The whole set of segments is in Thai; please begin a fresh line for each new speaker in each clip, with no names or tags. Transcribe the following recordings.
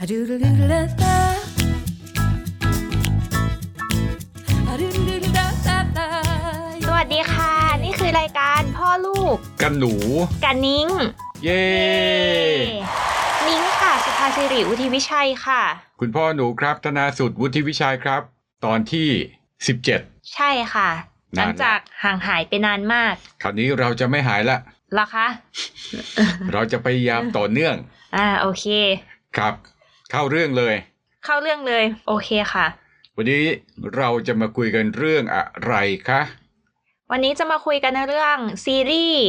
A doodle-doodle da. A doodle-doodle da da da.
สวัสดีค่ะ นี่คือรายการพ่อลูก
กันหนู
กับนิ้ง
เย้
นิ้งค่ะ สุภาสิริวุฒิวิชัยค่ะ
คุณพ่อหนูครับธนาสุดวุฒิวิชัยครับ ตอนที่ 17
ใช่ค่ะ ห
นาน
ลังจากห่างหายไปนานมาก
คราวนี้เราจะไม่หายละ
เหรอคะ
เราจะพยายามต่อเนื่อง
อ่าโอเค
ครับ เข้าเรื่องเลย
เข้าเรื่องเลย โอเคค่ะ
วันนี้เราจะมาคุยกันเรื่องอะไรคะ
วันนี้จะมาคุยกันในเรื่องซีรีส์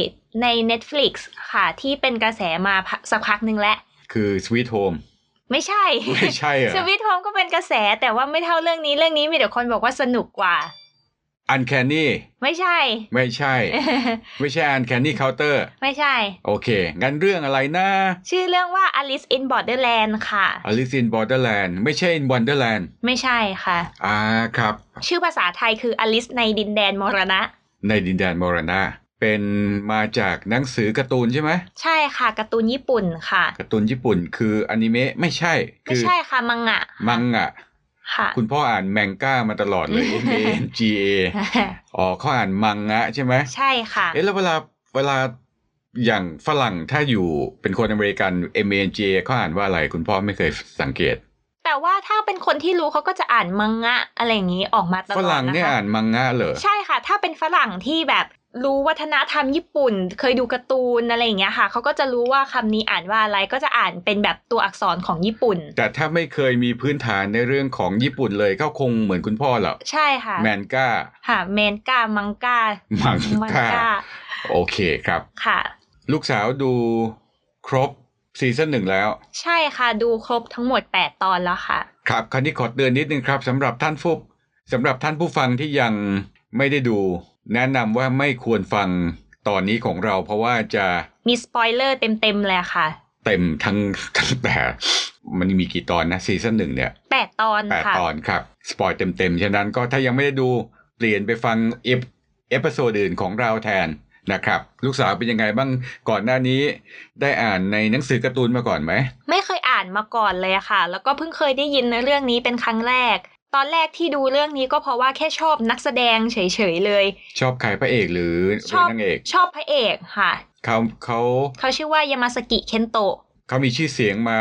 ใน Netflix ค่ะ ที่เป็นกระแสมาพักสักพักหนึ่งแล้ว
คือ Sweet Home
ไม่ใช่
ไม่ใช่เหร
ส
อ
วิตโฮมก็เป็นกระแสแต่ว่าไม่เท่าเรื่องนี้เรื่องนี้มีแต่คนบอกว่าสนุกกว่า
Uncanny
ไม่ใช่
ไม่ใช่ ไม่ใช่ Uncanny Counter
ไม่ใช่
โอเค งั้นเรื่องอะไรนะ
ชื่อเรื่องว่า Alice in Borderland ค่ะ
Alice in Borderland ไม่ใช่ in Wonderland
ไม่ใช่ค่ะ
อ่าครับ
ชื่อภาษาไทยคือ Alice ในดินแดนมรณะ
ในดินแดนมรณะเป็นมาจากหนังสือการ์ตูนใช่ไหม
ใช่ค่ะการ์ตูนญี่ปุ่นค่ะ
การ์ตูนญี่ปุ่นคืออนิเมะไม่ใช่
ไม่
คื
ใช่ค่ะมังงะ
มังงะ
ค่ะ
คุณพ่ออ่านแมงก้ามาตลอด เลย M A N G A อ๋อเขาอ่านมังงะใช่ไหม
ใช่ค่ะ
เอ๊ะแล้วเวลาเวลาอย่างฝรั่งถ้าอยู่เป็นคนอเมริกัน M A N G A เขาอ่านว่าอะไร คุณพ่อไม่เคยสังเกต
แต่ว่าถ้าเป็นคนที่รู้เขาก็จะอ่านมังงะอะไรอย่างนี้ออกมาตลอด
ฝ
นะคะ
รั่งเนี่ยอ่านมังงะเหรอ
ใช่ค่ะ ถ้าเป็นฝรั่งที่แบบรู้วัฒนธรรมญี่ปุ่น เคยดูการ์ตูนอะไรอย่างเงี้ยค่ะ เขาก็จะรู้ว่าคำนี้อ่านว่าอะไรก็จะอ่านเป็นแบบตัวอักษรของญี่ปุ่น
แต่ถ้าไม่เคยมีพื้นฐานในเรื่องของญี่ปุ่นเลยเขาคงเหมือนคุณพ่อเหรอ
ใช่ค่ะ
แมนก้า
ค่ะเมนกามังกา
มัง
มัง
ก้าก
า
โอเคครับ
ค่ะ
ลูกสาวดูครบซีซั่นหนึ่งแล้ว
ใช่ค่ะดูครบทั้งหมด 8 ตอนแล้วค่ะ
ครับคราวนี้ขอเตือนนิดนึงครับสำหรับท่านผู้สำหรับท่านผู้ฟังที่ยังไม่ได้ดู แนะนำว่าไม่ควรฟังตอนนี้ของเราเพราะว่าจะ
มีสปอยเลอร์เต็มๆเลยค่ะ
เต็มทั้ง ทั้งแต่มันมีกี่ตอนนะซีซั่นหนึ่งเนี่ย
8 ตอน
แปด
ค่ะ
ตอนครับ สปอยเต็มๆ ฉะนั้นก็ถ้ายังไม่ได้ดูเปลี่ยนไปฟังเอฟเอพิโซดอื่นของเราแทนนะครับ ลูกสาวเป็นยังไงบ้างก่อนหน้านี้ ได้อ่านในหนังสือการ์ตูนมาก่อนไหม
ไม่เคยอ่านมาก่อนเลยอะค่ะ แล้วก็เพิ่งเคยได้ยินในเรื่องนี้เป็นครั้งแรก ตอนแรกที่ดูเรื่องนี้ก็เพราะว่าแค่ชอบนักแสดงเฉยๆเลย
ชอบใครพระเอกหรือห
ช
รือ
อบ
นางเอก
ชอบพระเอกค่ะ
เขาเขา
เขาชื่อว่ายามาสกิเคนโตะ
เขามีชื่อเสียงมา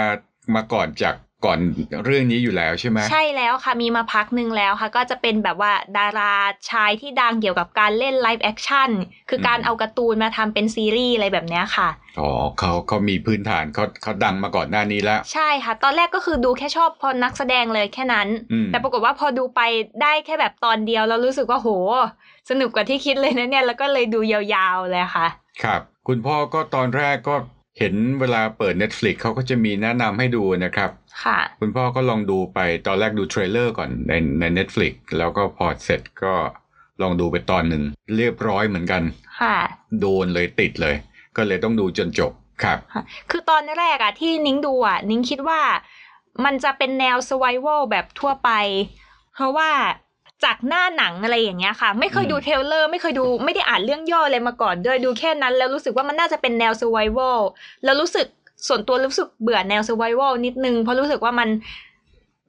มาก่อนจากก่อนเรื่องนี้อยู่แล้วใช่ไหม
ใช่แล้วค่ะมีมาพักหนึ่งแล้วค่ะ ก็จะเป็นแบบว่าดาราชายที่ดังเกี่ยวกับการเล่นไลฟ์แอคชั่นคือการเอาการ์ตูนมาทำเป็นซีรีส์อะไรแบบเนี้ยค่ะ
อ๋อเขาเขามีพื้นฐานเขาเขาดังมาก่อนหน้านี้แล้ว
ใช่ค่ะ ตอนแรกก็คือดูแค่ชอบพอนักแสดงเลยแค่นั้น
อืม
แต่ปรากฏว่าพอดูไปได้แค่แบบตอนเดียวแล้วรู้สึกว่าโห สนุกกว่าที่คิดเลยนะเนี่ยแล้วก็เลยดูยาวๆเลยค่ะ
ครับ คุณพ่อก็ตอนแรกก็เห็นเวลาเปิด Netflix เขาก็จะมีแนะนำให้ดูนะครับ
ค่ะ
คุณพ่อก็ลองดูไปตอนแรกดูเทรลเลอร์ก่อนในใน Netflix แล้วก็พอเสร็จก็ลองดูไปตอนหนึ่งเรียบร้อยเหมือนกัน
ค่ะ
โดนเลยติดเลย ก็เลยต้องดูจนจบครับ
คือตอนแรกอะที่นิ้งดูอะนิ้งคิดว่ามันจะเป็นแนว survival แบบทั่วไป เพราะว่าจากหน้าหนังอะไรอย่างเงี้ยค่ะ ไม่เคยดู
อืม
เทรลเลอร์ไม่เคยดูไม่ได้อ่านเรื่องย่ออะไรมาก่อนด้วยดูแค่นั้น แล้วรู้สึกว่ามันน่าจะเป็นแนว survival แล้วรู้สึกส่วนตัวรู้สึกเบื่อแนว survival นิดนึง เพราะรู้สึกว่ามัน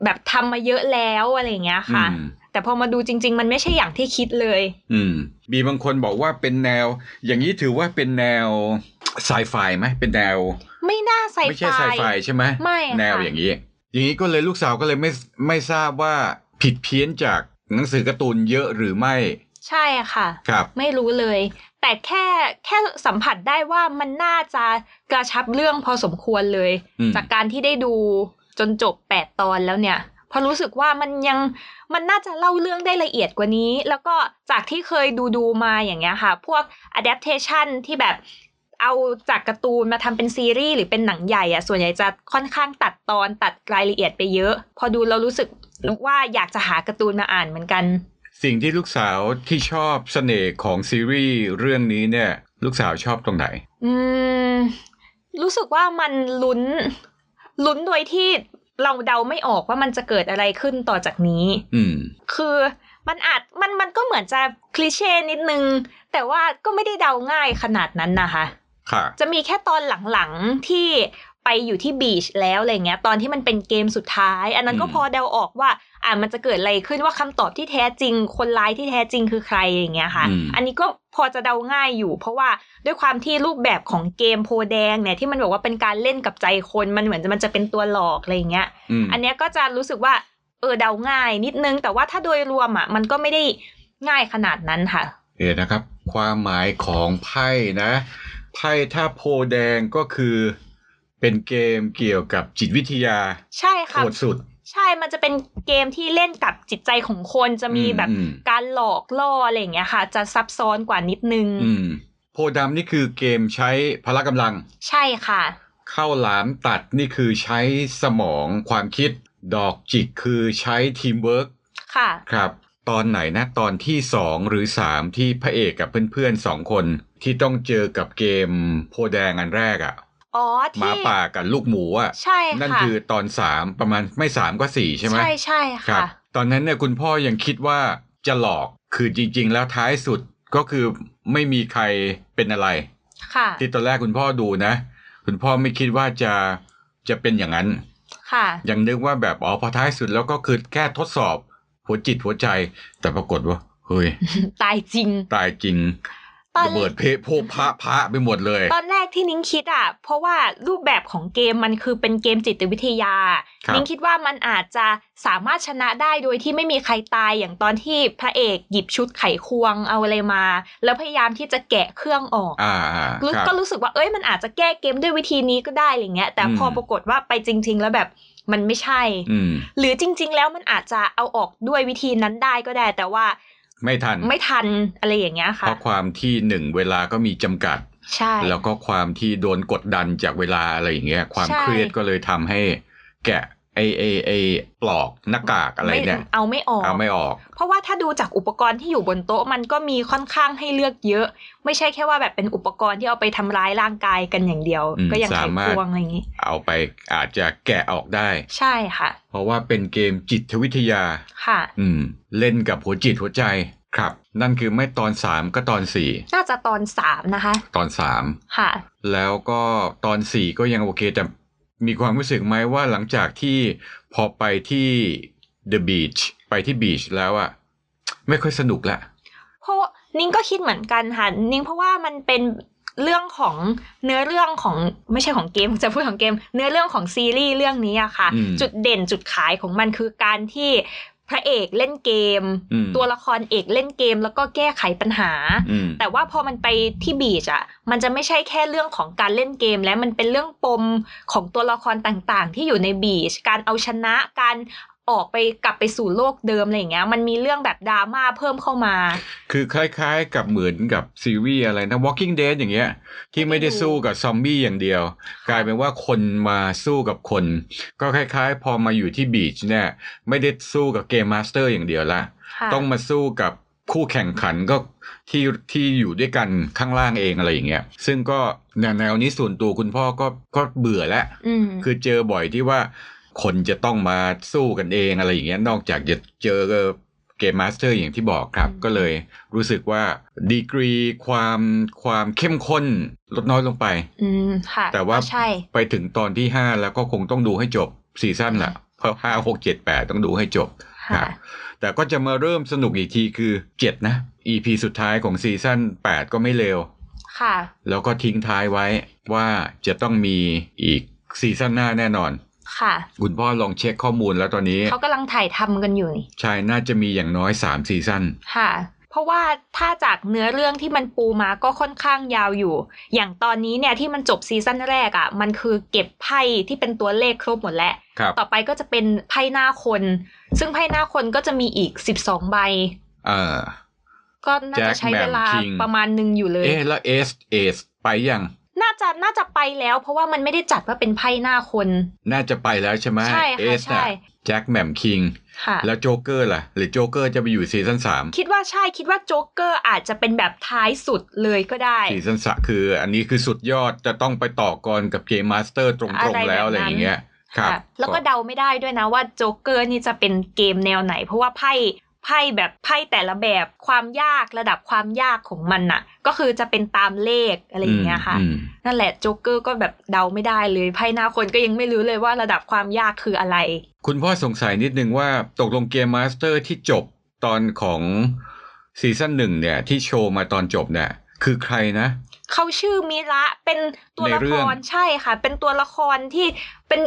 แบบทำมาเยอะแล้วอะไรอย่างเงี้ยค่ะ
อืม
แต่พอมาดูจริง ๆ มันไม่ใช่อย่างที่คิดเลย
อืมมีบางคนบอกว่าเป็นแนว อย่างนี้ถือว่าเป็นแนวไซไฟไหมเป็นแนว
ไม่น่าใส่
ไม่ใช่ไซไฟ
ไฟ
ใช่ไหม
ไม่ค่ะ
แนวอย่างนี้ อย่างนี้ก็เลยลูกสาวก็เลยไม่ไม่ทราบว่าผิดเพี้ยนจากหนังสือการ์ตูนเยอะหรือไม่
ใช่ค่ะ
ครับ
ไม่รู้เลย แต่แค่แค่สัมผัสได้ว่ามันน่าจะกระชับเรื่องพอสมควรเลย
อืม
จากการที่ได้ดูจนจบแปดตอนแล้วเนี่ยเพราะรู้สึกว่ามันยังมันน่าจะเล่าเรื่องได้ละเอียดกว่านี้ แล้วก็จากที่เคยดูดูมาอย่างเงี้ยค่ะ พวก adaptation ที่แบบเอาจากการ์ตูนมาทำเป็นซีรีส์หรือเป็นหนังใหญ่อะส่วนใหญ่จะค่อนข้างตัดตอนตัดรายละเอียดไปเยอะ พอดูเรารู้สึกว่าอยากจะหาการ์ตูนมาอ่านเหมือนกัน
สิ่งที่ลูกสาวที่ชอบเสน่ห์ของซีรีส์เรื่องนี้เนี่ย ลูกสาวชอบตรงไหน
อืม รู้สึกว่ามันลุ้น ลุ้นโดยที่เราเดาไม่ออกว่ามันจะเกิดอะไรขึ้นต่อจากนี้
อืม
คือมันอาจมันมันก็เหมือนจะคลีเช่นิดนึง แต่ว่าก็ไม่ได้เดาง่ายขนาดนั้นนะคะ
ค่ะ
จะมีแค่ตอนหลังๆที่ ไปอยู่ที่บีชแล้วอะไรเงี้ยตอนที่มันเป็นเกมสุดท้าย อันนั้นก็
อืม
พอเดาออกว่า อ่ามันจะเกิดอะไรขึ้นว่าคำตอบที่แท้จริง คนร้ายที่แท้จริงคือใครอย่างเงี้ยค่ะ
อืม
อันนี้ก็พอจะเดาง่ายอยู่ เพราะว่าด้วยความที่รูปแบบของเกมโพแดงเนี่ยที่มันบอกว่าเป็นการเล่นกับใจคนมันเหมือนจะมันจะเป็นตัวหลอกอะไรอย่างเงี้ย
อืม
อันเนี้ยก็จะรู้สึกว่าเออเดาง่ายนิดนึง แต่ว่าถ้าโดยรวมอ่ะ มันก็ไม่ได้ง่ายขนาดนั้นค่ะ
เดี๋ยวนะครับ ความหมายของไพ่นะ ไพ่ถ้าโพแดงก็คือเป็นเกมเกี่ยวกับจิตวิทยา
ใช่
โค
ค่ะ
ตรสุด
ใช่มันจะเป็นเกมที่เล่นกับจิตใจของคนจะมี
อืม
แบบ
อืม
การหลอกล่ออะไรอย่างเงี้ยค่ะ จะซับซ้อนกว่านิดนึง
อืม โพดำนี่คือเกมใช้พละกำลัง
ใช่ค่ะ
เข้าวหลามตัดนี่คือใช้สมองความคิด ดอกจิกคือใช้ทีมเวิร์ก
ค่ะ
ครับ ตอนไหนนะ ตอนที่สองหรือสามที่พระเอกกับเพื่อนๆสองคน ที่ต้องเจอกับเกมโพแดงอันแรกอะ่ะ
อ๋อ
หมา
ที่
ป่ากับลูกหมูอ่ะ
ใช่ค่ะ
นั่นคือตอนสามประมาณไม่สามก็สี่ใช่ไหม
ใช่ใช่
รับ
ค่ะ
ตอนนั้นเนี่ยคุณพ่อยังคิดว่าจะหลอกคือจริง ๆ แล้วท้ายสุดก็คือไม่มีใครเป็นอะไร
ค่ะ
ที่ตอนแรกคุณพ่อดูนะ คุณพ่อไม่คิดว่าจะจะเป็นอย่างนั้น
ค่ะ
ยังนึกว่าแบบอ๋อพอท้ายสุดแล้วก็คือแค่ทดสอบ หัวจิตหัวใจ แต่ปรากฏว่าเฮ้ย
ตายจริง
ตายจริง
ตอน
ระเบิดเพะโพพะพะไปหมดเลย
ตอนแรกที่นิ้งคิดอ่ะ เพราะว่ารูปแบบของเกมมันคือเป็นเกมจิตวิทยา
ครับ
นิ้งคิดว่ามันอาจจะสามารถชนะได้โดยที่ไม่มีใครตายอย่างตอนที่พระเอกหยิบชุดไขควงเอาอะไรมา แล้วพยายามที่จะแกะเครื่องออก
อ่าอ่า
รู้
ครับ
ก็รู้สึกว่าเอ้ยมันอาจจะแก้เกมด้วยวิธีนี้ก็ได้อะไรเงี้ย แต่พออ
ม
ปรากฏว่าไปจริง ๆ แล้วแบบมันไม่ใช่
อืม
หรือจริง ๆ แล้วมันอาจจะเอาออกด้วยวิธีนั้นได้ก็ได้ แต่ว่า
ไม่ทัน
ไม่ทันอะไรอย่างเงี้ย
เพ
ค่ะ
ราะความที่หนึ่งเวลาก็มีจำกัด
ใช่
แล้วก็ความที่โดนกดดันจากเวลาอะไรอย่างเงี้ย ความ
ใช่
เครียดก็เลยทำให้ แกะไอไอไอปลอกหน้ากากอะไรเนี่ย
ม่เอาไม่ออก
เอาไม่ออก
เพราะว่าถ้าดูจากอุปกรณ์ที่อยู่บนโต๊ะมันก็มีค่อนข้างให้เลือกเยอะ ไม่ใช่แค่ว่าแบบเป็นอุปกรณ์ที่เอาไปทำร้ายร่างกายกันอย่างเดียว
อืม
ก็ยังไข
สามารถ
ควงอะไรอย่างนี้
เอาไปอาจจะแกะออกได้
ใช่ค่ะ
เพราะว่าเป็นเกมจิตวิทยา
ค่ะ
อืม เล่นกับหัวจิตหัวใจครับ นั่นคือไม่ตอน 3 ก็ตอน
น่าจะตอนสามนะคะ
4 ตอน
ค่ะ
3 แล้วก็ตอน 4 ก็ยังโอเค แต่มีความรู้สึกไหมว่าหลังจากที่พอไปที่ The Beach ไปที่บีชแล้วอะไม่ค่อยสนุกละ
เพราะนิ้งก็คิดเหมือนกันค่ะ นิ้งเพราะว่ามันเป็นเรื่องของเนื้อเรื่องของไม่ใช่ของเกมจะพูดของเกม เนื้อเรื่องของซีรีส์เรื่องนี้อะค่ะ
อืม
จุดเด่นจุดขายของมันคือการที่พระเอกเล่นเกม
อืม
ตัวละครเอกเล่นเกม แล้วก็แก้ไขปัญหา
อืม
แต่ว่าพอมันไปที่บีชอะมันจะไม่ใช่แค่เรื่องของการเล่นเกม และมันเป็นเรื่องปมของตัวละครต่างๆ ที่อยู่ในบีช การเอาชนะ การออกไปกลับไปสู่โลกเดิมอะไรอย่างเงี้ย มันมีเรื่องแบบดราม่าเพิ่มเข้ามา
คือคล้ายๆกับเหมือนกับซีรีส์อะไรนะ Walking Dead อย่างเงี้ย ที่ไม่ได้สู้กับซอมบี้อย่างเดียว กลายเป็นว่าคนมาสู้กับคน ก็คล้ายๆ พอมาอยู่ที่บีชเนี่ย ไม่ได้สู้กับเกมมาสเตอร์อย่างเดียวละ
ค่ะ
ต้องมาสู้กับคู่แข่งขันก็ที่ที่อยู่ด้วยกันข้างล่างเองอะไรอย่างเงี้ย ซึ่งก็แนวๆนี้ส่วนตัวคุณพ่อก็ก็เบื่อแล้ว
อืม
คือเจอบ่อยที่ว่าคนจะต้องมาสู้กันเองอะไรอย่างเงี้ยนอกจากจะเจอเกมมาสเตอร์อย่างที่บอกครับ
อืม
ก็เลยรู้สึกว่าดีกรีความความเข้มข้นลดน้อยลงไป
อืมค่ะ
แต่ว่า
ก็ใช่
ไปถึงตอนที่ 5 แล้วก็คงต้องดูให้จบซีซั่นละเพราะห้าหกเจ็ดแปดต้องดูให้จบค
ค่ะ
รับแต่ก็จะมาเริ่มสนุกอีกทีคือ 7 นะ EP สุดท้ายของซีซั่น8 ก็ไม่เร็ว
ค่ะ
แล้วก็ทิ้งท้ายไว้ว่าจะต้องมีอีกซีซั่นหน้าแน่นอน
ค่ะ
คุณพ่อลองเช็คข้อมูลแล้วตอนนี้
เขากำลังถ่ายทำกันอยู่นี่
ใช่น่าจะมีอย่างน้อย 3 ซีซั่น
ค่ะ เพราะว่าถ้าจากเนื้อเรื่องที่มันปูมาก็ค่อนข้างยาวอยู่ อย่างตอนนี้เนี่ยที่มันจบซีซั่นแรกอะ่ะ มันคือเก็บไพ่ที่เป็นตัวเลขครบหมดแล้ว
ครับ
ต่อไปก็จะเป็นไพ่หน้าคน ซึ่งไพ่หน้าคนก็จะมีอีก 12 ใบ
เออ
ก็น่าจะ
Jack
ใช้เวลา
Mam King
ประมาณหนึ่งอยู่เลย
เอ๊ะแล้วเอสเอสไปยัง
น่าจะน่าจะไปแล้ว เพราะว่ามันไม่ได้จัดว่าเป็นไพ่หน้าคน
น่าจะไปแล้วใช่ไหม
ใช่ค่ะ
เอส
ใช่
น่ะแจ็คแหม่มคิง
ค่ะ
แล้วโจ๊กเกอร์ล่ะ หรือโจ๊กเกอร์จะไปอยู่ซีซั่นสาม
คิดว่าใช่คิดว่าโจ๊กเกอร์อาจจะเป็นแบบท้ายสุดเลยก็ได้
ซีซั่นสามคือ อันนี้คือสุดยอดจะต้องไปต่อกรกับเกมมาสเตอร์ตรงๆ แล้วอะไรอย่างเงี้ยครับ
ค่ะแล้วก็เดาไม่ได้ด้วยนะว่าโจ๊กเกอร์นี่จะเป็นเกมแนวไหน เพราะว่าไพ่ ไพ่แบบไพ่แต่ละแบบความยากระดับความยากของมันน่ะ ก็คือจะเป็นตามเลขอะไรอย่างเงี้ยค่ะ
อืม
นั่นแหละโจ๊กเกอร์ก็แบบเดาไม่ได้เลยไพ่หน้าคนก็ยังไม่รู้เลยว่าระดับความยากคืออะไร
คุณพ่อสงสัยนิดนึงว่าตกลงเกมมาสเตอร์ที่จบตอนของซีซั่นหนึ่งเนี่ย ที่โชว์มาตอนจบเนี่ย คือใครนะ
เขาชื่อมิระเป็นตัวละ
ในเรื่
ค
อง
รใช่ค่ะ เป็นตัวละครที่เป็น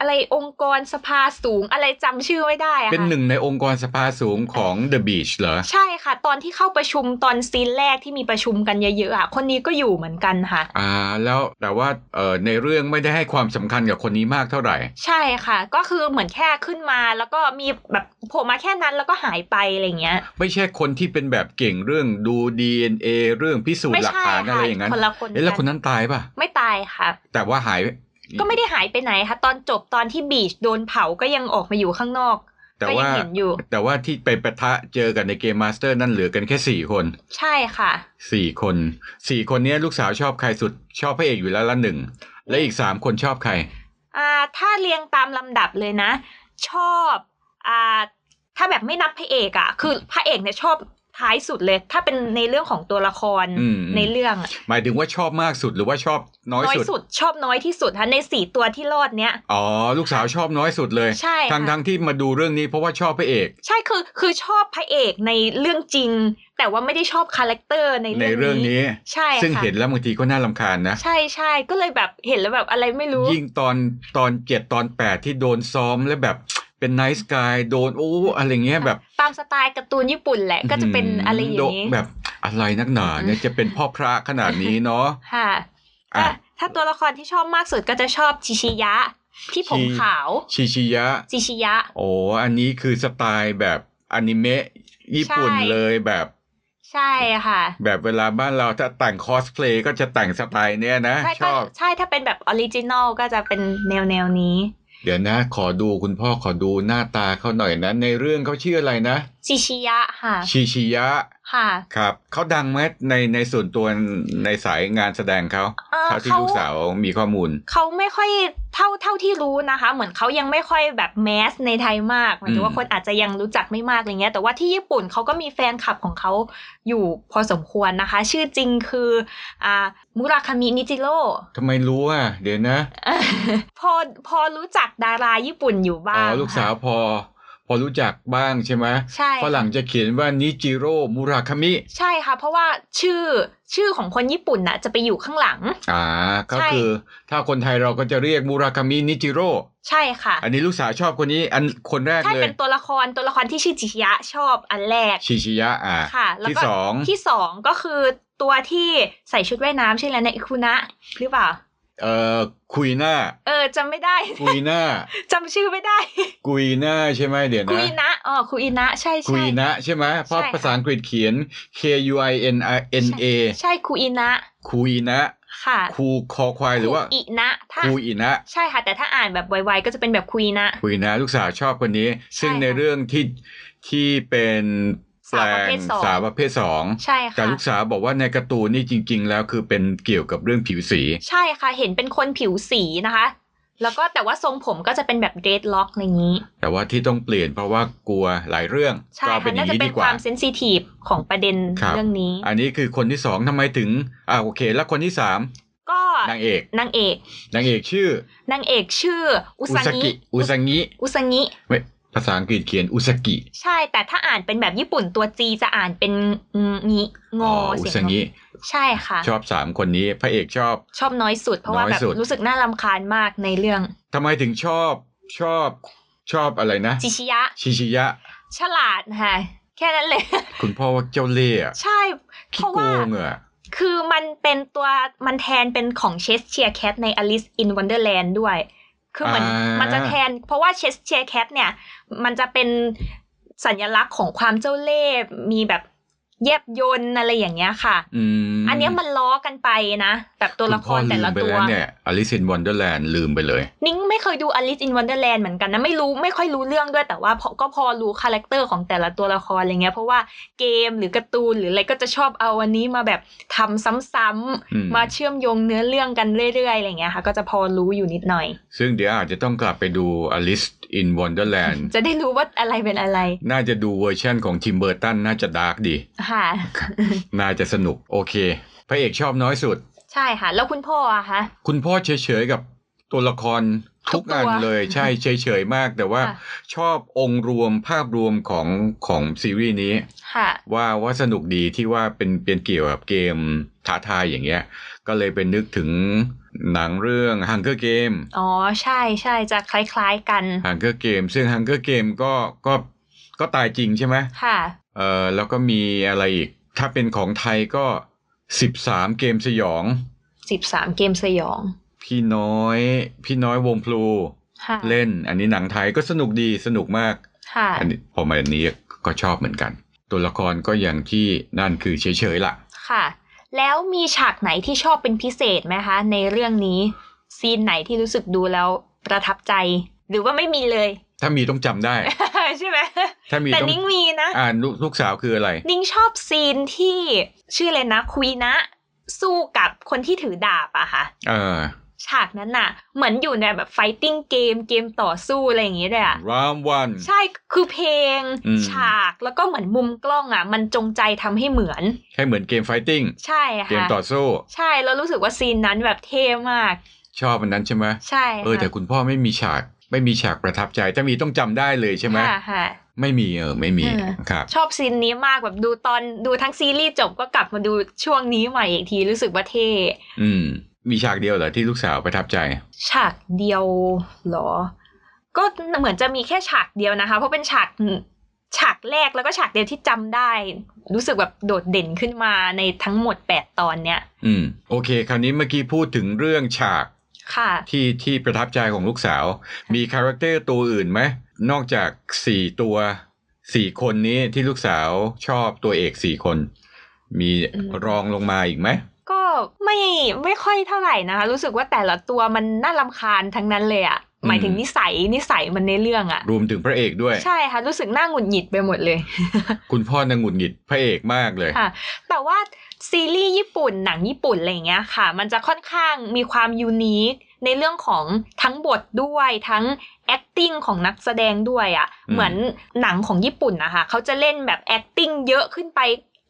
อะไรองค์กรสภาสูงอะไรจำชื่อไม่ได้อะค่ะ
เป็นหนึ่งในองค์กรสภาสูงของ The Beach เหรอ
ใช่ค่ะ ตอนที่เข้าประชุมตอนซีนแรกที่มีประชุมกันเยอะๆอ่ะคนนี้ก็อยู่เหมือนกันค่ะ
อ่าแล้วแต่ว่าเอ่อในเรื่องไม่ได้ให้ความสำคัญกับคนนี้มากเท่าไหร่
ใช่ค่ะ ก็คือเหมือนแค่ขึ้นมาแล้วก็มีแบบโผล่มาแค่นั้นแล้วก็หายไปอะไรเงี้ย
ไม่ใช่คนที่เป็นแบบเก่งเรื่องดู DNA เรื่องพิสูจ
ไม่
น์หลัก
ใช่
ฐานอะ
ค่ะ
ไรอย่างนั้น
คนละคน
เอ๊ะแล้ว
กั
คนนั้นตายป่ะ
ไม่ตายค่ะ
แต่ว่าหาย
ก็ไม่ได้หายไปไหนค่ะ ตอนจบตอนที่บีชโดนเผาก็ยังออกมาอยู่ข้างนอก
แต่
ก็ยั
ว่า
เห็นอยู่
แต่ว่าที่ไปปะทะเจอกันในเกมมาสเตอร์นั่นเหลือกันแค่สี่คน
ใช่ค่ะ
สี่คนสี่คนเนี้ยลูกสาวชอบใครสุดชอบพระเอกอยู่แล้วละหนึ่งและอีกสามคนชอบใคร
อ่าถ้าเรียงตามลำดับเลยนะ ชอบอ่าถ้าแบบไม่นับพระเอกอะคือพระเอกเนี่ยชอบท้ายสุดเลย ถ้าเป็นในเรื่องของตัวละคร
อืมอืม
ในเรื่องอะ
หมายถึงว่าชอบมากสุดหรือว่าชอบน้อย
น้อย
สุด
สุดชอบน้อยที่สุดฮะในสี่ตัวที่รอดเนี้ย
อ๋อ ลูกสาวชอบน้อยสุดเลย
ใช่ค่ะ
ทั้งทั้งที่มาดูเรื่องนี้เพราะว่าชอบพระเอก
ใช่คือคือชอบพระเอกในเรื่องจริง แต่ว่าไม่ได้ชอบคาแรคเตอร์ใน
ในเรื่องนี้
ใช่ค่ะ
ซึ่งเห็นแล้วบางทีก็น่าลำคาญนะ
ใช่ใช่ก็เลยแบบเห็นแล้วแบบอะไรไม่รู้
ยิ่งตอนตอนเจ็ดตอนแปดที่โดนซ้อมและแบบเป็นไนส์กายโดนโอ้อะไรเงี้ยแบบ
ตามสไตล์การ์ตูนญี่ปุ่นแหละก็จะเป็นอะไรอย่าง
นี้
นี้
แบบอะไรนักหนาเนี่ยจะเป็นพ่อพระขนาดนี้เนาะ
ค่ะ
อ่ะ
อ่ะถ้าตัวละครที่ชอบมากสุดก็จะชอบชิชิยะ ที่ผม
ชิ
ขาว
ชิชิยะ
ชิชิยะ
โอ้อันนี้คือสไตล์แบบอนิเมะญี่ปุ่น
ใช่
เลยแบบ
ใช่ค่ะ
แบบเวลาบ้านเราถ้าแต่งคอสเพลย์ก็จะแต่งสไตล์เนี้ยนะ
ใช่
ช
ก็
อบ
ใช่ถ้าเป็นแบบออริจินอลก็จะเป็นแนวแนวนี้
เดี๋ยวนะ ขอดูคุณพ่อขอดูหน้าตาเขาหน่อยนะ ในเรื่องเขาชื่ออะไรนะ
ชิชิยะค่ะ
ชิชิยะ
ค่ะ
ครับเขาดังไหมในในส่วนตัวในสายงานแสดงเขา
เอ่อ
เท่าที่ลูกสาวมีข้อมูล
เขาไม่ค่อยเท่าเท่าที่รู้นะคะ เหมือนเขายังไม่ค่อยแบบแมสในไทยมากหมายถึ
อื
ง
ม
ว่าคนอาจจะยังรู้จักไม่มากอะไรเงี้ย แต่ว่าที่ญี่ปุ่นเขาก็มีแฟนคลับของเขาอยู่พอสมควรนะคะ ชื่อจริงคืออ่ามุราคามินิจิโร่
ทำไมรู้อ่ะ เดี๋ยวนะ
พอพอรู้จักดาราญี่ปุ่นอยู่
อ๋
บ้า
อง ลูกสาว
ค่ะ
พอ พอรู้จักบ้างใช่ไหม
ใช่
ฝรั่งจะเขียนว่านิจิโร่มุราคามิ
ใช่ค่ะ เพราะว่าชื่อชื่อของคนญี่ปุ่นน่ะจะไปอยู่ข้างหลัง
อ่าก็
ใช่
คือ ถ้าคนไทยเราก็จะเรียกมุราคามินิจิโร่
ใช่ค่ะ
อันนี้ลูกสาวชอบคนนี้อันคนแรก
ใช่
เลย
เป็นตัวละครตัวละครที่ชื่อจิชิยะชอบอันแรก
ชิชิยะอ่า
ค่ะ แล้ว
ที่
ก็
สอง
ที่สองก็คือตัวที่ใส่ชุดว่ายน้ำชื่ออะไรนะอิคุนะหรือเปล่า
เอ่อ คุยหน้า
เออจำไม่ได้
กุยหน้า
จำชื่อไม่ได้
กุยหน้าใช่ไหมเดี๋ยว
คุ
นะ
ยนะอ๋อคุยนะ ใช่
คุ
ใช่
ยนะใช่ไหมเพราะ
ใช่ค่ะ
ภาษาอังกฤษเขียน K U I N I N A
ใช่คุยนะ
คุยนะ
ค่ะ
คูคอควายหรือว่า
อินะถ้า
คุยนะ
ใช่ค่ะ แต่ถ้าอ่านแบบไวๆก็จะเป็นแบบคุยนะ
คุยนะลูกสาวชอบคนนี้ ซึ่งในเรื่องที่ที่เป็นแปล
สาวประ
ง
เภทสอง
สาวประเภทสอง
ใช่
แต่
ค่ะ
ลูกสาวบอกว่าในการ์ตูนนี่จริง ๆ แล้วคือเป็นเกี่ยวกับเรื่องผิวสี
ใช่ค่ะ เห็นเป็นคนผิวสีนะคะ แล้วก็แต่ว่าทรงผมก็จะเป็นแบบเดดล็อกอะไรอย่างนี้
แต่ว่าที่ต้องเปลี่ยนเพราะว่ากลัวหลายเรื่อง
ใช่
ก็เป็
ค่ะ
นอย่า
น่าง จะ
นี้
เป็น
ดีก
ค
ว่า
วามเซนซิทีฟของประเด็น
ครับ
เรื่องนี้
อันนี้คือคนที่สองทำไมถึงอ่าโอเค แล้วคนที่สาม
ก็
นางเอก
นางเอก
นางเอกชื่อน
างเอกชื่ออุ
อุ
ซา
ซา
งิ
กิอุซางิ
อุซางิ
ไม่ภาษาอังกฤษเขียนอุสกิ
ใช่แต่ถ้าอ่านเป็นแบบญี่ปุ่นตัวจีจะอ่านเป็นงิงอ
อุ
เสีย
ส
งง
งิ
อใช่ค่ะ
ชอบสามคนนี้ พระเอกชอบ
ชอบน้อยสุดเพราะว่า
น้
แบ
อ
บ
ยสุด
รู้สึกน่ารำคาญมากในเรื่อง
ทำไมถึงชอบชอบชอบอะไรนะ
จิชิยะ
ชิชิยะ
ฉลาดนะคะแค่นั้นเลย
คุณพ่อว่าเจ้าเล่ห์อะ
ใช่เพ
ขี้
ราะ
โก
ว่า
งอะ
คือมันเป็นตัวมันแทนเป็นของเชสเชียร์แคทใน Alice in Wonderland ด้วย คือเหมัน
าน
มันจะแทน เพราะว่าเชสเชียร์แคทเนี่ย มันจะเป็นสัญลักษณ์ของความเจ้าเล่ห์มีแบบ แยบยนต์อะไรอย่างเงี้ยค่ะ
อืม
อันเนี้ยมันล้อกันไปนะแบบตัวละครแต่ละ
คุณพ่อมไป
ตัว
แวเนี่ยอลิซินว w นเดอร์แลนด์ลืมไปเลย
นิ้งไม่เคยดู Alice in Wonderland เหมือนกันนะ ไม่รู้ไม่ค่อยรู้เรื่องด้วยแต่ว่าพอก็พอรู้คาแรคเตอร์ของแต่ละตัวละครอะไรเงี้ย เพราะว่าเกมหรือการ์ตูนหรืออะไรก็จะชอบเอาอันนี้มาแบบทำซ้ำ
อืม
ๆมาเชื่อมโยงเนื้อเรื่องกันเรื่อยๆอะไรเงี้ยค่ะ ก็จะพอรู้อยู่นิดหน่อย
ซึ่งเดี๋ยวอาจจะต้องกลับไปดู Alice in Wonderland
จะได้รู้ว่าอะไรเป็นอะไร
น่าจะดูเวอร์ชั่นของทิมเบอร์ตันน่าจะดาร์กดี
ค่ะ
น่าจะสนุกโอเค พระเอกชอบน้อยสุด
ใช่ค่ะ แล้วคุณพ่ออะคะ
คุณพ่อเฉยๆกับตัวละครทุก
ทุกตัว
อันเลย ใช่เฉยๆมาก แต่ว่า
ค่ะ
ชอบองค์รวมภาพรวมของของซีรีส์นี้
ค่ะ
ว่าว่าสนุกดีที่ว่าเป็นเป็นเกี่ยวกับเกมท้าทายอย่างเงี้ย ก็เลยเป็นนึกถึงหนังเรื่อง Hunger Game
อ๋อใช่ใช่จะคล้ายๆกัน
Hunger Game ซึ่ง Hunger Game ก็ก็ก็ตายจริงใช่ไหม
ค่ะ
เออแล้วก็มีอะไรอีก ถ้าเป็นของไทยก็ 13 เกมสยอง
13 เกมสยอง
พี่น้อย พี่น้อยวงพลู
ค่ะ
เล่นอันนี้หนังไทยก็สนุกดีสนุกมาก
ค่ะ
อันนี้พอมาอันนี้ก็ชอบเหมือนกัน ตัวละครก็อย่างที่นั่นคือเฉยๆล่ะ
ค่ะ แล้วมีฉากไหนที่ชอบเป็นพิเศษไหมคะ ในเรื่องนี้ ซีนไหนที่รู้สึกดูแล้วประทับใจ หรือว่าไม่มีเลย
ถ้ามีต้องจำได้
ใช่ไหม
ถ้ามี
แต่
ต้อง
นิ้งมีนะ
อ่านลูกสาวคืออะไร
นิ้งชอบซีนที่ชื่ออะไรนะคุยนะ สู้กับคนที่ถือดาบอะค่ะ
เออ
ฉากนั้นน่ะ เหมือนอยู่ในแบบไฟติ้งเกมเกมต่อสู้อะไรอย่างเงี้ยเลยอะ
round one
ใช่คือเพลง
อืม
ฉากแล้วก็เหมือนมุมกล้องอ่ะ มันจงใจทำให้เหมือน
ให้เหมือนเกมไฟติ้ง
ใช่
เกม
ค่ะ
ต่อสู้
ใช่แล้วรู้สึกว่าซีนนั้นแบบเท่มาก
ชอบอันนั้นใช่ไหม
ใช่
เออ แต่คุณพ่อไม่มีฉากไม่มีฉากประทับใจ ถ้ามีต้องจำได้เลยใช่ไหม
ค่ะค่ะ
ไม่มีเออไม่มี
เออ
ครับ
ชอบซีนนี้มากแบบดูตอนดูทั้งซีรีส์จบก็กลับมาดูช่วงนี้ใหม่อีกทีรู้สึกว่าเท่
อืม มีฉากเดียวเหรอที่ลูกสาวประทับใจ
ฉากเดียวเหรอ ก็เหมือนจะมีแค่ฉากเดียวนะคะ เพราะเป็นฉากฉากแรกแล้วก็ฉากเดียวที่จำได้ รู้สึกแบบโดดเด่นขึ้นมาในทั้งหมดแปดตอนเนี้ย
อืม โอเค คราวนี้เมื่อกี้พูดถึงเรื่องฉาก
ค่ะ
ที่ที่ประทับใจของลูกสาว มีคาแรคเตอร์ตัวอื่นไหม นอกจากสี่ตัวสี่คนนี้ที่ลูกสาวชอบตัวเอกสี่คน มี
อืม
รองลงมาอีกไหม
ก็ไม่ไม่ค่อยเท่าไหร่นะคะ รู้สึกว่าแต่ละตัวมันน่ารำคาญทั้งนั้นเลยอะ
อืม
หมายถึงนิสัยนิสัยมันในเรื่องอะ
รวมถึงพระเอกด้วย
ใช่ค่ะ รู้สึกหน้าหงุดหงิดไปหมดเลย
คุณพ่อนางหงุดหงิดพระเอกมากเลย
ค่ะ แต่ว่าซีรีส์ญี่ปุ่นหนังญี่ปุ่นอะไรอย่างเงี้ยค่ะ มันจะค่อนข้างมีความยูนิคในเรื่องของทั้งบทด้วยทั้ง acting ของนักแสดงด้วยอะ
อืม
เหมือนหนังของญี่ปุ่นนะคะเขาจะเล่นแบบ acting เยอะขึ้นไป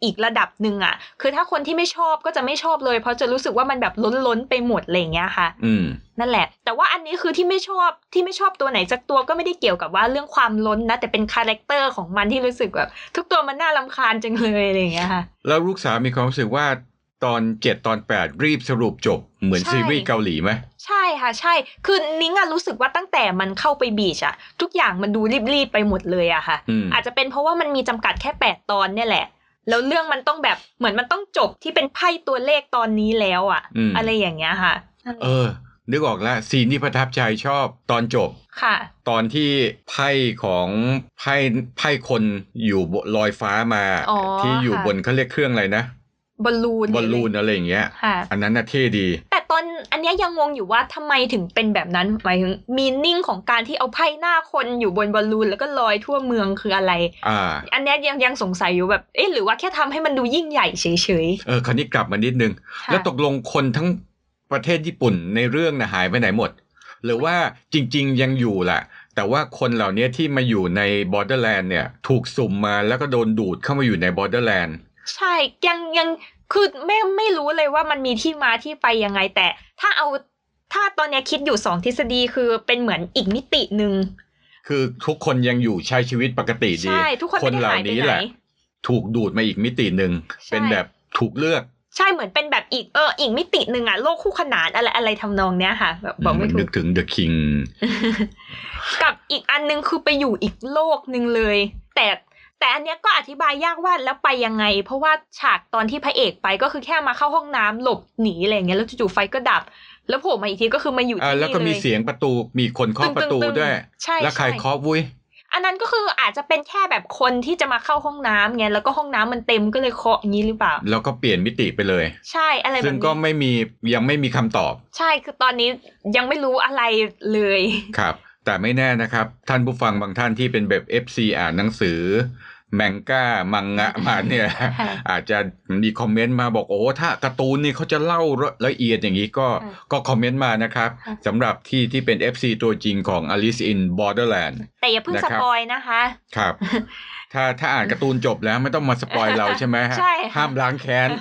อีกระดับหนึ่งอะคือถ้าคนที่ไม่ชอบก็จะไม่ชอบเลย เพราะจะรู้สึกว่ามันแบบล้นๆไปหมดอะไรอย่างเงี้ยค่ะ
อืม
นั่นแหละ แต่ว่าอันนี้คือที่ไม่ชอบที่ไม่ชอบตัวไหนสักตัวก็ไม่ได้เกี่ยวกับว่าเรื่องความล้นนะ แต่เป็นคาแรคเตอร์ของมันที่รู้สึกแบบทุกตัวมันน่ารำคาญจังเลยอะไรอย่างเงี้ยค่ะ
แล้วลูกสาวมีความรู้สึกว่าตอนเจ็ดตอนแปดรีบสรุปจบ เหมือน
ใช่
ซีรีส์เกาหลีไหม
ใช่ค่ะ ใช่ คือนิ้งอะรู้สึกว่าตั้งแต่มันเข้าไปบีชอะทุกอย่างมันดูรีบๆไปหมดเลยอะค่ะ
อืม
อาจจะเป็นเพราะว่ามันมีจำกัดแค่ 8 ตอนเนี่ยแหละ แล้วเรื่องมันต้องแบบเหมือนมันต้องจบที่เป็นไพ่ตัวเลขตอนนี้แล้วอะ
อืม
อะไรอย่างเงี้ยค่ะ
เออ นึกออกแล้วซีนที่ประทับใจชอบตอนจบ
ค่ะ
ตอนที่ไพ่ของไพ่ไพ่คนอยู่บนลอยฟ้ามา
อ๋อ
ที่อยู่
ค่ะ
บนเขาเรียกเครื่องอะไรนะ
บอลลูน
บอลลูนอะไรอย่างเงี้ย
ค่ะ
อันนั้นน่ะเท่ดี
แต่ตอนอันเนี้ยยังงงอยู่ว่าทำไมถึงเป็นแบบนั้นหมายถึงมีนิ่งของการที่เอาไพ่หน้าคนอยู่บนบอลลูนแล้วก็ลอยทั่วเมืองคืออะไร
อ่า
อันเนี้ยยังยังสงสัยอยู่แบบเอ๊ะหรือว่าแค่ทำให้มันดูยิ่งใหญ่เฉย
เออ คราวนี้กลับมานิดนึง
ๆค่ะ
แล้วตกลงคนทั้งประเทศญี่ปุ่นในเรื่องน่ะหายไปไหนหมด หรือว่าจริง ๆ ยังอยู่แหละ แต่ว่าคนเหล่านี้ที่มาอยู่ในบอร์เดอร์แลนด์เนี่ย ถูกสุ่มมาแล้วก็โดนดูดเข้ามาอยู่ในบอร์เดอร์แลนด์
ใช่ยังยังคือไม่ไม่รู้เลยว่ามันมีที่มาที่ไปยังไงแต่ ถ้าเอาถ้าตอนเนี้ยคิดอยู่สองทฤษฎีคือเป็นเหมือนอีกมิติหนึ่ง
คือทุกคนยังอยู่ใช้ชีวิตปกติดี
ใช่ทุกคน
ค
ไม่
น
ได้
เหล่า
หายไป
นี้
ไห
แห
น
ละ ถูกดูดมาอีกมิติหนึ่ง
ใช่
เป็นแบบถูกเลือก
ใช่เหมือนเป็นแบบอีกเอออีกมิติหนึ่งอะโลกคู่ขนานอะไรอะไรทำนองเนี้ยค่ะแบบบอกไม่ถู
นึ
ก
กถึง The King
กับอีกอันนึงคือไปอยู่อีกโลกหนึ่งเลย แต่แต่อันเนี้ยก็อธิบายยากว่าแล้วไปยังไง เพราะว่าฉากตอนที่พระเอกไปก็คือแค่มาเข้าห้องน้ำหลบหนีอะไรอย่างเงี้ยแล้วจู่ๆไฟก็ดับ แล้วโผล่มาอีกทีก็คือมาอยู่ที่
อ่า
นี่เลย
แล้วก็มีเสียงประตูมีคนเคาะประตู
งๆๆ
ด้วย
ใช่
แล้วใคร
ช่
เคาะวุ้ย
อันนั้นก็คืออาจจะเป็นแค่แบบคนที่จะมาเข้าห้องน้ำไงแล้วก็ห้องน้ำมันเต็มก็เลยเคาะอย่างนี้หรือเปล่า
แล้วก็เปลี่ยนมิติไปเลย
ใช่อะไรแบ
ซึ่
บ
ง
นี้
ก็ไม่มียังไม่มีคำตอบ
ใช่คือตอนนี้ยังไม่รู้อะไรเลย
ครับ แต่ไม่แน่นะครับ ท่านผู้ฟังบางท่านที่เป็นแบบ FC อ่านหนังสือ แมงก้า มัง งะมาเนี่ย
ค่ะ
อาจจะมีคอมเมนต์มาบอกโอ้ถ้าการ์ตูนนี่เขาจะเล่าละเอียดอย่างนี้ก็
ค่ะ
ก็คอมเมนต์มานะครับ
ค่ะ
สำหรับที่ที่เป็น FC ตัวจริงของ Alice in Borderland
แต่อย่าเพิ่ง
นะค
ส
รับ
ปอยนะคะ
ครับ ถ้าถ้าอ่านการ์ตูนจบแล้วไม่ต้องมาสปอยเราใช่ไหมฮะ
ใช่ค่ะ
ห้ามล้างแค้น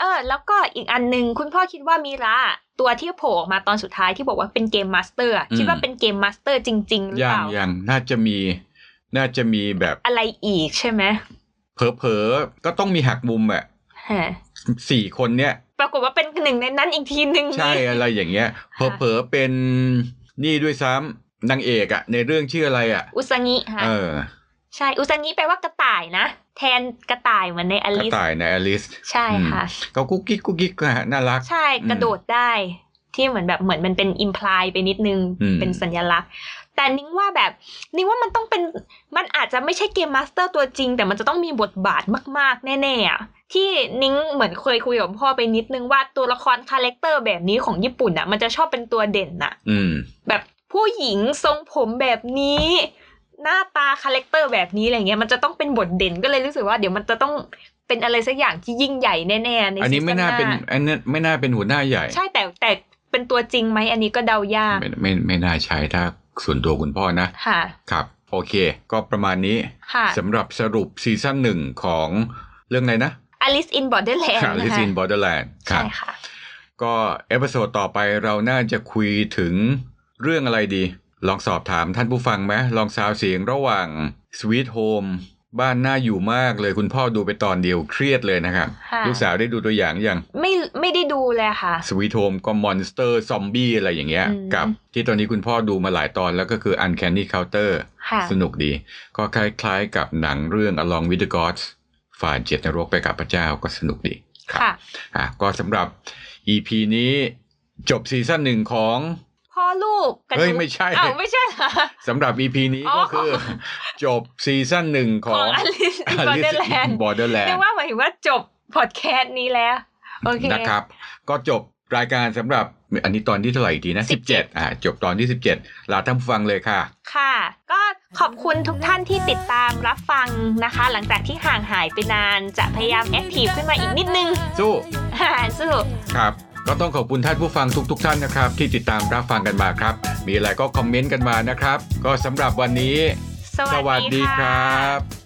เออแล้วก็อีกอันหนึ่งคุณพ่อคิดว่ามีระตัวที่โผล่ออกมาตอนสุดท้ายที่บอกว่าเป็นเกมมาสเตอร์อะ
อืม
คิดว่าเป็นเกมมาสเตอร์จริง ๆ หรือ
ยั
เป
ง
ล่า
ยังน่าจะมีน่าจะมีแบบ
อะไรอีกใช่ไหม
เผลอๆก็ต้องมีหักมุมอะ
ฮะ
สี่คน เนี่ย
ปรากฏว่าเป็นหนึ่งในนั้นอีกทีหนึ่ง
ใช่
นี่
อะไรอย่างเงี้ยเผ
ค่ะ
ลอๆเป็นนี่ด้วยซ้ำนางเอกอะในเรื่องชื่ออะไรอะ
อุซางิค่ะ
เออ
ใช่อุซางิแปลว่ากระต่ายนะ แทนกระต่ายเหมือนในอก
ระ
ลิส
ต่ายในอลิส
ใช่ค่ะ
ก็กุ๊กกิ๊กกุ๊กกิ๊กอะฮะน่ารัก
ใช่กระโดดได้ที่เหมือนแบบเหมือนมันเป็นอิมพลายไปนิดนึง
อืม
เป็นสัญลักษณ์ แต่นิ้งว่าแบบนิ้งว่ามันต้องเป็นมันอาจจะไม่ใช่เกมมาสเตอร์ตัวจริง แต่มันจะต้องมีบทบาทมาก ๆ แน่ๆอะที่นิ้งเหมือนเคยคุยกับพ่อไปนิดนึงว่าตัวละครคาแรคเตอร์แบบนี้ของญี่ปุ่นอ่ะมันจะชอบเป็นตัวเด่นน่ะ
อืม
แบบผู้หญิงทรงผมแบบนี้ หน้าตาคาแรคเตอร์แบบนี้อะไรเงี้ยมันจะต้องเป็นบทเด่นก็เลยรู้สึกว่าเดี๋ยวมันจะต้องเป็นอะไรสักอย่างที่ยิ่งใหญ่แน่ๆใน
อันนี้
ซีซั่
ไม่น่า
ห
เป็นอันนี้ไม่น่าเป็นหัวหน้าใหญ่
ใช่แต่แต่เป็นตัวจริงไหมอันนี้ก็เดายาก
ไม่ไม่ไม่น่าใช้ถ้าส่วนตัวคุณพ่อนะ
ค่ะ
ครับ โอเค ก็ประมาณนี้
ค่ะ
สำหรับสรุปซีซั่นหนึ่งของเรื่องไหนนะ
Alice in Borderland
ค่ะ
นะ
Alice
คะ
in Borderland ค
ใช่
รับ
ค่ะ
ก็เอพิโซดต่อไปเราน่าจะคุยถึงเรื่องอะไรดี ลองสอบถามท่านผู้ฟังไหมลองซาวเสียงระหว่าง Sweet Home บ้านน่าอยู่มากเลยคุณพ่อดูไปตอนเดียวเครียดเลยนะครับ
ค่ะ
ลูกสาวได้ดูตัวอย่างอย่าง
ไม่ไม่ได้ดูเลยค่ะ
Sweet Home ก็ Monster Zombie อะไรอย่างเงี้ย
อืม
กับที่ตอนนี้คุณพ่อดูมาหลายตอนแล้วก็คือ Uncanny Counter
ค่ะ
สนุกดีก็คล้ายๆกับหนังเรื่อง Along with the Gods ฝ่าเจ็ดนรกไปกับพระเจ้าก็สนุกดีรับ
ค่ะ
อ่ะก็สำหรับ EP นี้จบซีซั่นหนึ่งของ
พ่อลูกกับ
เฮ้ย
หนู
ไม่ใช่
อ้าวไม่ใช่เหรอ
สำหรับ EP นี้
อ๋อ
ก็คือจบซีซั่นหนึ่งข
ข
อ
อง
ง
Alice in Borderland
บอร์เดอร์แลน
เรียก
ด์
ว่าหมายถึงว่าจบพอดแคสต์นี้แล้ว โอเค
นะครับ ก็จบรายการสำหรับอันนี้ตอนที่เท่าไหร่อีกทีนะ 17อ่าจบตอนที่ 17 ลาท่านผู้ฟังเลยค่ะ
ค่ะ ก็ขอบคุณทุกท่านที่ติดตามรับฟังนะคะ หลังจากที่ห่างหายไปนานจะพยายามแอคทีฟขึ้นมาอีกนิดนึง
สู้
ค่ะ สู้
ครับ ก็ต้องขอบคุณท่านผู้ฟังทุกๆทท่านนะครับ ที่ติดตามรับฟังกันมาครับ มีอะไรก็คอมเมนต์กันมานะครับ ก็สำหรับวันนี้
ส
ส
วั
วั
ส
ส
ดี
ดี
ค
ค
รั
รับ บ